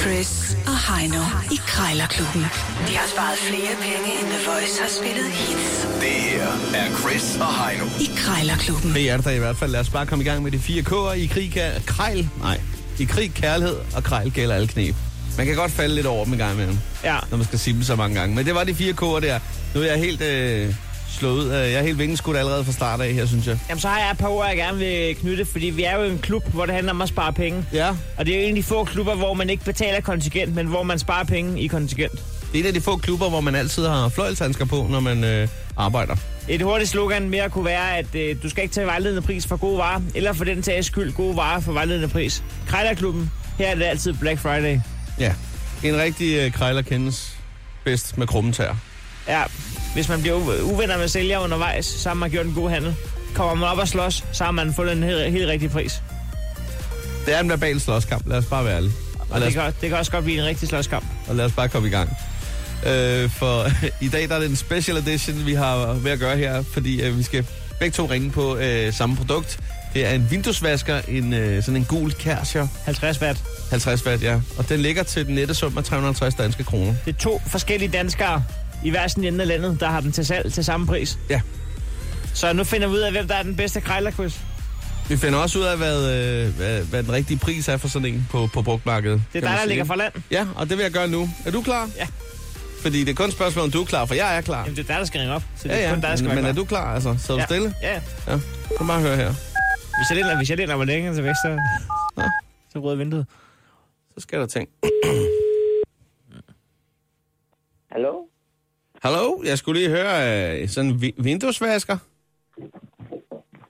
Chris og Heino i Krejlerklubben. De har sparet flere penge, end The Voice har spillet hits Det her er Chris og Heino. i Krejlerklubben. Det er det da i hvert fald. Lad os bare komme i gang med de fire K'er i krig, kær... krejl. Nej, i krig, kærlighed og krejl gælder alle knep. Man kan godt falde lidt over dem en gang imellem, Ja. når man skal sige dem så mange gange. Men det var de fire K'er der. Nu er jeg helt øh, slået ud. Jeg er helt vingenskudt allerede fra start af her, synes jeg. Jamen, så har jeg et par ord, jeg gerne vil knytte, fordi vi er jo en klub, hvor det handler om at spare penge. Ja. Og det er jo en af de få klubber, hvor man ikke betaler kontingent, men hvor man sparer penge i kontingent. Det er en af de få klubber, hvor man altid har fløjlshandsker på, når man øh, arbejder. Et hurtigt slogan mere kunne være, at øh, du skal ikke tage vejledende pris for gode varer, eller for den tages skyld gode varer for vejledende pris. Krejlerklubben, her er det altid Black Friday. Ja. En rigtig øh, krejler kendes bedst med krumme tær. Ja, hvis man bliver u- uvenner med sælger undervejs, så har man gjort en god handel. Kommer man op og slås, så har man fået en helt, helt rigtig pris. Det er en verbal slåskamp, lad os bare være ærlige. Og lad det os kan, det kan også godt blive en rigtig slåskamp. og lad os bare komme i gang. Øh, for i dag der er det en special edition, vi har ved at gøre her, fordi øh, vi skal begge to ringe på øh, samme produkt. Det er en vinduesvasker, en, øh, sådan en gul Kärcher 50 watt. 50 watt, ja. Og den ligger til den nette sum af 350 danske kroner. Det er to forskellige danskere i hver sin ende af landet, der har dem til salg til samme pris. Ja. Så nu finder vi ud af, hvem der er den bedste krejlerquiz. Vi finder også ud af, hvad, øh, hvad, hvad den rigtige pris er for sådan en på, på brugtmarkedet. kan Det er dig, man der sige. ligger for land. Ja, og det vil jeg gøre nu. Er du klar? Ja. Fordi det er kun et spørgsmål, om du er klar, for jeg er klar. Jamen, det er dig, der skal ringe op. Så det er ja, kun dig, der ja. skal være Men er klar. du klar, altså? Så du ja. stille? Ja, ja. Ja. Kom bare høre her. Hvis jeg lænder, hvis jeg lænder mig længe til væk, så... Så rød vinduet. Så skal der ting. Hallo? Hallo, jeg skulle lige høre øh, sådan en vi- vinduesvasker.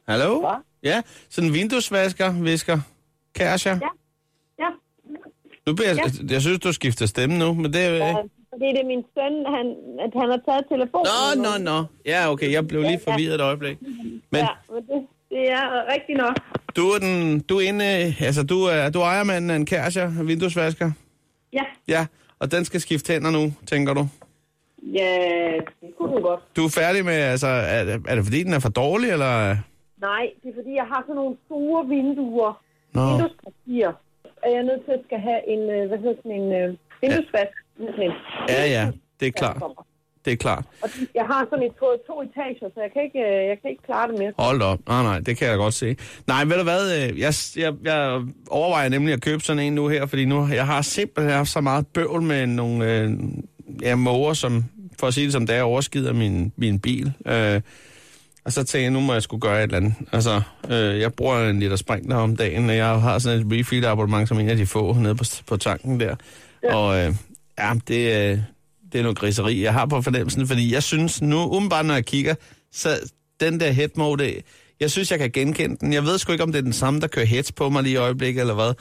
Hallo? Hva? Ja, sådan en vinduesvasker, visker. Kærsja. Ja. Ja, Nu bliver jeg, ja. jeg synes, du skifter stemme nu, men det er... ja, Ja. fordi det er min søn, han, at han har taget telefonen. Nå, nå, nå. Ja, okay, jeg blev lige Ja, ja. forvirret et øjeblik. Men Ja, men det, det er rigtigt nok. du er den, du er inde, øh, altså du er, du er ejermanden af en Kærsja, vinduesvasker. Ja, Ja, og den skal skifte hænder nu, tænker du. ja det kunne du godt. Du er færdig med, altså, er, det- er det fordi, den er for dårlig, eller? Nej, det er fordi, jeg har sådan nogle store vinduer. Nå. Vinduespapier. Og jeg er nødt til at skal have en, øh, hvad hedder sådan en, øh, vinduesvask. Sådan en. Ja, ja, det er klart. Det er klart. Og jeg har sådan et på to etager, så jeg kan ikke, øh, jeg kan ikke klare det mere. Hold da op. Nej, nej, det kan jeg godt se. Nej, ved du hvad, øh, jeg, jeg, jeg overvejer nemlig at købe sådan en nu her, fordi nu jeg har simpelthen haft så meget bøvl med nogle øh, ja, måger, som, for at sige det som det er, overskider min, min bil. Øh, og så tænkte jeg, nu må jeg skulle gøre et eller andet. Altså, øh, jeg bruger en liter sprinkler om dagen, og jeg har sådan et refill abonnement som en af de få nede på, på tanken der. Ja. Og øh, ja, det, øh, det er noget griseri, jeg har på fornemmelsen, fordi jeg synes nu, umiddelbart når jeg kigger, så den der head mode, jeg synes, jeg kan genkende den. Jeg ved sgu ikke, om det er den samme, der kører heads på mig lige i øjeblikket, eller hvad.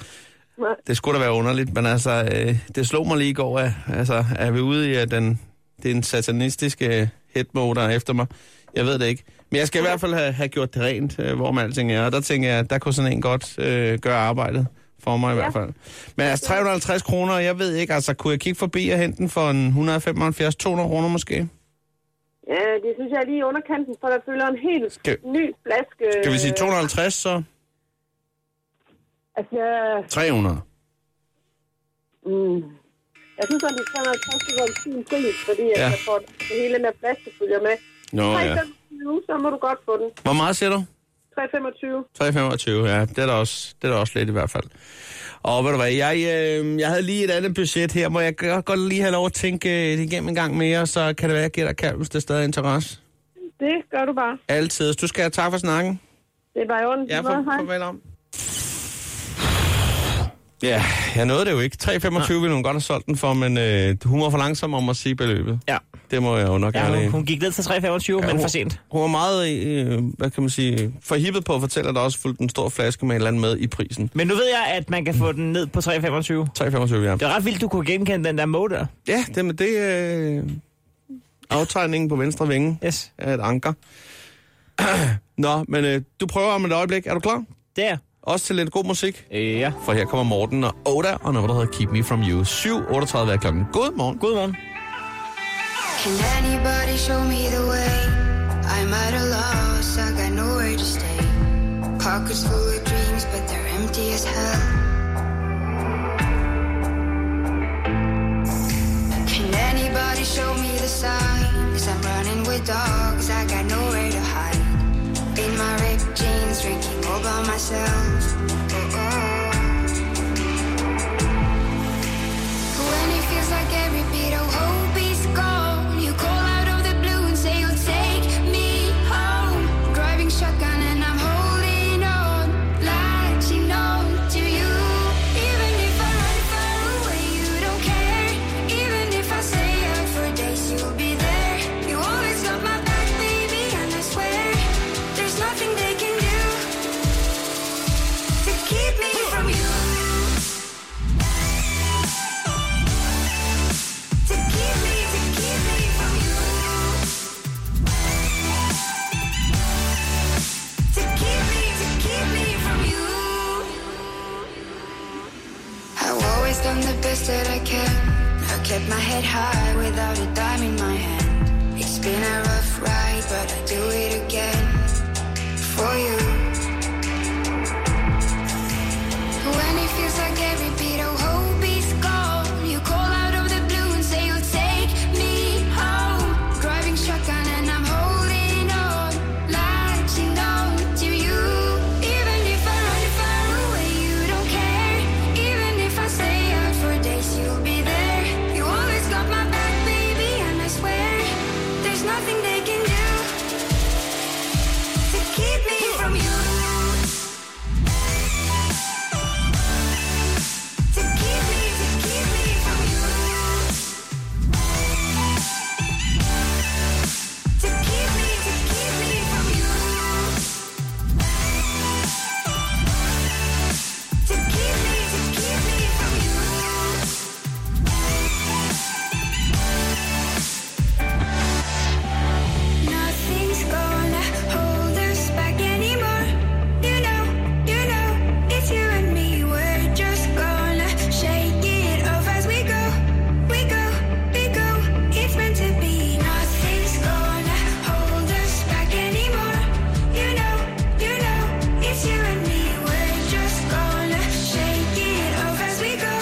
Nej. Det skulle da være underligt, men altså, øh, det slog mig lige i går, at, altså, er vi ude i, at den, det er en satanistisk øh, head mode, der er efter mig. Jeg ved det ikke. Men jeg skal i hvert fald have, have gjort det rent, øh, hvor man alting er. Og der tænker jeg, der kunne sådan en godt øh, gøre arbejdet for mig i hvert fald. Men altså 350 kroner, jeg ved ikke, altså kunne jeg kigge forbi og hente den for en 175-200 kroner måske? Ja, det synes jeg er lige i underkanten, for der følger en helt Skal- ny flaske. Skal vi sige 250, så Altså, jeg- 300? Mm. Jeg synes, at det er 350 var en fin pris, fordi ja. Ja. jeg får det hele den her flaske følger med. Nå 325, så må du godt få den. Hvor meget siger du? 325. 3,25, ja. Det er da også, det er da også lidt i hvert fald. Og ved du hvad, jeg, øh, jeg havde lige et andet budget her, hvor jeg godt, godt lige have lov at tænke øh, det igennem en gang mere, så kan det være, at jeg giver dig kald, hvis det er stadig er interesse. Det gør du bare. Altid. Du skal have tak for snakken. Det er bare i orden. Ja, Hvad, for, hej. farvel om. Ja, jeg nåede det jo ikke. 3,25 ville hun godt have solgt den for, men øh, hun var for langsom om at sige beløbet. Ja. Det må jeg jo nok ja ærligt hun, indrømme. hun, gik ned til 3,25, ja, men hun- for sent. Hun var meget, øh, hvad kan man sige, forhippet på at fortælle, at der også fulgte en stor flaske med et eller andet med i prisen. Men nu ved jeg, at man kan få den ned på 3,25. 3,25, ja. Det er ret vildt, du kunne genkende den der motor. Ja, det med det øh, aftegningen på venstre vinge Yes, er et anker. Nå, men øh, du prøver om et øjeblik. Er du klar? det er. Også til lidt god musik. Øh, ja. For her kommer Morten og Oda, og noget, der hedder Keep Me From You. 7.38 er klokken. Godmorgen. Godmorgen. Can anybody show me the way? I'm at a loss, I got nowhere to stay. Pockets full of dreams, but they're empty as hell. Oh, "Oh, best that I can. I kept my head high without a dime in my hand. It's been a rough ride, but I do it again for you. When it feels like every beat of hope is gone, you call out of the blue and say you'll take me home. Driving shotgun and I'm holding on, latching on to you. Even if I run far away, you don't care. Even if I stay out for days, you'll be there. You always got my back, baby, and I swear there's nothing they can do to keep me from you. To keep me, to keep me from you. To keep me, to keep me from you. To keep me, to keep me from you. Nothing's gonna hold us back anymore. You know, you know, it's you and me. We're just gonna shake it off as we go, we go, we go. It's meant to be. Nothing's gonna hold us back anymore. You know, you know, it's you and me. We're just gonna shake it off as we go.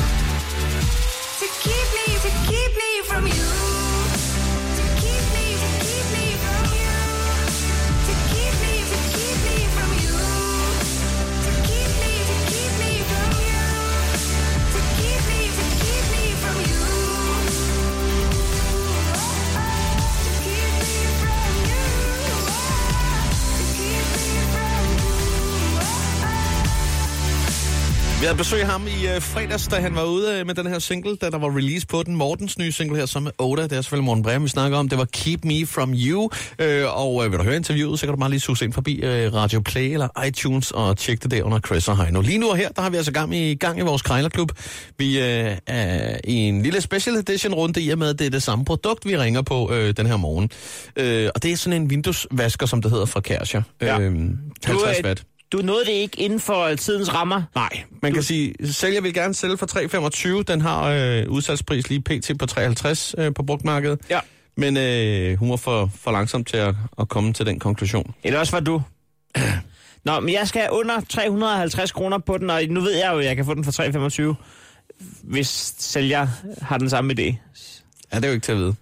To keep me, to keep me from you. To keep me, to keep me from you. To keep me, to keep me from you. To keep me, to keep me from you. To keep me, to keep me from you. To keep me from you. To keep me from you. Vi havde besøg af ham i øh, fredags, da han var ude øh, med den her single, da der var release på den. Mortens nye single her, som er Oda. Det er selvfølgelig Morten Breum, vi snakker om. Det var Keep Me From You. Øh, og øh, vil du høre interviewet, så kan du bare lige suge ind forbi øh, Radio Play eller iTunes og tjekke det der under Chris og Heino. Lige nu og her, der har vi altså gang i, gang i vores Krejlerklub. Vi øh, er i en lille special edition runde i og med, at det er det samme produkt, vi ringer på øh, den her morgen. Øh, og det er sådan en vinduesvasker, som det hedder fra Kærcher. Ja. Ja. Øh, 50 øh, watt. Du nåede det ikke inden for øh, tidens rammer. Nej, man kan sige, sælger vil gerne sælge for 3,25. Den har øh, udsalgspris lige pt. på 53 øh, på brugtmarkedet. Ja. Men øh, hun var for, for langsom til at, at komme til den konklusion. Eller også var du. Nå, men jeg skal under 350 kroner på den, og nu ved jeg jo, at jeg kan få den for 325, hvis sælger har den samme idé. Ja, det er jo ikke til at vide.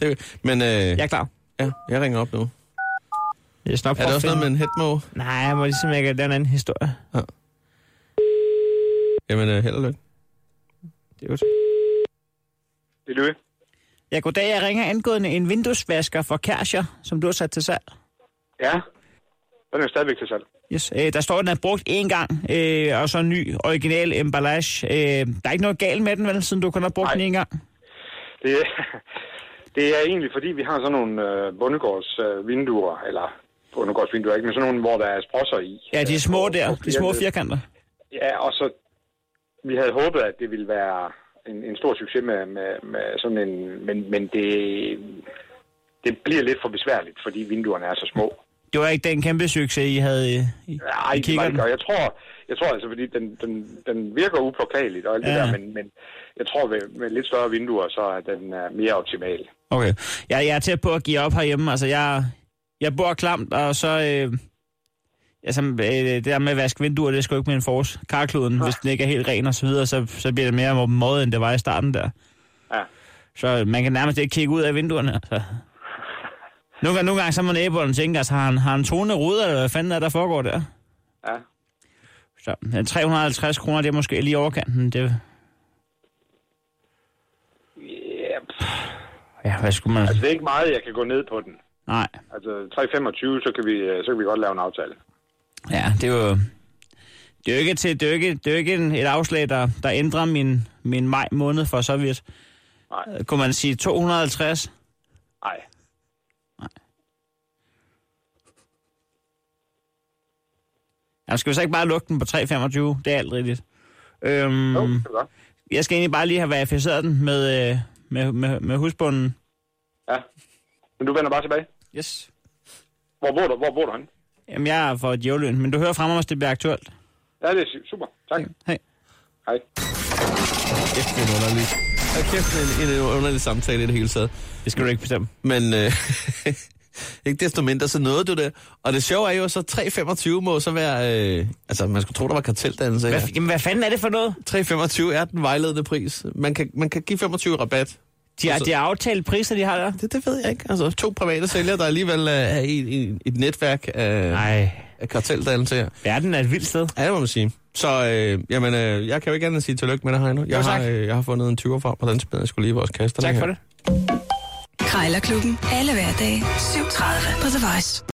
Det er, jo- men øh, Jeg jeg, er klar. ja, jeg ringer op nu. Jeg snart Er prøver det at også noget med finde- en hætmåge? Nej, jeg må ligesom ikke, det er en anden historie. Jamen, øh, held og lykke. Det er godt. Det er Louis. Ja, goddag. Jeg ringer angående en vinduesvasker fra Kærscher, som du har sat til salg. Ja. Den er jo stadigvæk til salg. Yes. Øh, der står, at den er brugt én gang, øh, og så en ny original emballage. Øh, der er ikke noget galt med den, vel, siden du kun har brugt Nej. den én gang? Det, det er egentlig, fordi vi har sådan nogle øh, bundegårdsvinduer, øh, vinduer, eller bundegårdsvinduer ikke, men sådan nogle, hvor der er sprosser i. Ja, de er små Øh, der. og- og De små firkanter. Ja, og så vi havde håbet, at det ville være en, en stor succes med, med, med sådan en, men, men det, det bliver lidt for besværligt, fordi vinduerne er så små. Det var ikke den kæmpe succes, I havde øh, i, Nej, i det var kiggerten. ikke. Og jeg tror, jeg tror altså, fordi den, den, den virker upåklageligt og alt det Ja. der, men, men jeg tror, med, med lidt større vinduer, så er den øh, mere optimal. Okay. Jeg, jeg er tæt på at give op herhjemme. Altså, jeg, jeg bor klamt, og så... Øh, altså, øh, det der med at vaske vinduer, det er sgu ikke med en force. Karkluden, hvis den ikke er helt ren og så videre, så, så bliver det mere måde, end det var i starten der. Ja. Så øh, man kan nærmest ikke kigge ud af vinduerne. Altså. Nogle gange, nogle gange så må naboerne tænke, altså, har han, har han tonende ruder, eller hvad fanden er der foregår der? Ja. Så øh, ja, 350 kroner, det er måske lige overkanten. Det, Ja, pff, ja, hvad skulle man... altså, det er ikke meget, jeg kan gå ned på den. Nej. Altså 3,25, så kan, vi, øh, så kan vi godt lave en aftale. Ja, det er jo... Det er jo ikke, til, det er jo ikke, det er jo ikke en, et afslag, der, der ændrer min, min maj måned for så vidt. Nej. Øh, Kunne man sige 250? Nej. Jamen, skal vi så ikke bare lukke den på 325? Det er alt rigtigt. Øhm, Jo, det er godt. Jeg skal egentlig bare lige have verificeret den med, øh, med, med, med husbunden. Ja. Men du vender bare tilbage. Yes. Hvor bor du, hvor bor du henne? Jamen, jeg er for et jævløn, men du hører fra mig, hvis det bliver aktuelt. Ja, det er super. Tak. Hej. Hej. Kæft, det er en underlig. Og kæft, det er en, en underlig samtale i det hele taget. Det skal du ikke bestemme. Men øh, ikke desto mindre, så nåede du det. Og det sjove er jo, så 3,25 må så være... Øh, altså, man skulle tro, der var karteldannelse. Hvad, her. jamen, hvad fanden er det for noget? 3,25 er den vejledende pris. Man kan, man kan give 25 rabat. De har, Altså- de har aftalt priser, de har der. Det, det ved jeg ikke. Altså, to private sælgere, der alligevel øh, er i, i et netværk af, Nej. af karteldannelse her. Verden er et vildt sted. Ja, det må man sige. Så øh, jamen, øh, jeg kan jo ikke andet end sige tillykke med dig, Heino. Jeg, Jo, har, tak. øh, jeg har fundet en 20'er frem på dansebladet. Jeg skulle lige vores kaster Tak for det. Krejlerklubben. Alle hverdage. 7.30 på The Voice.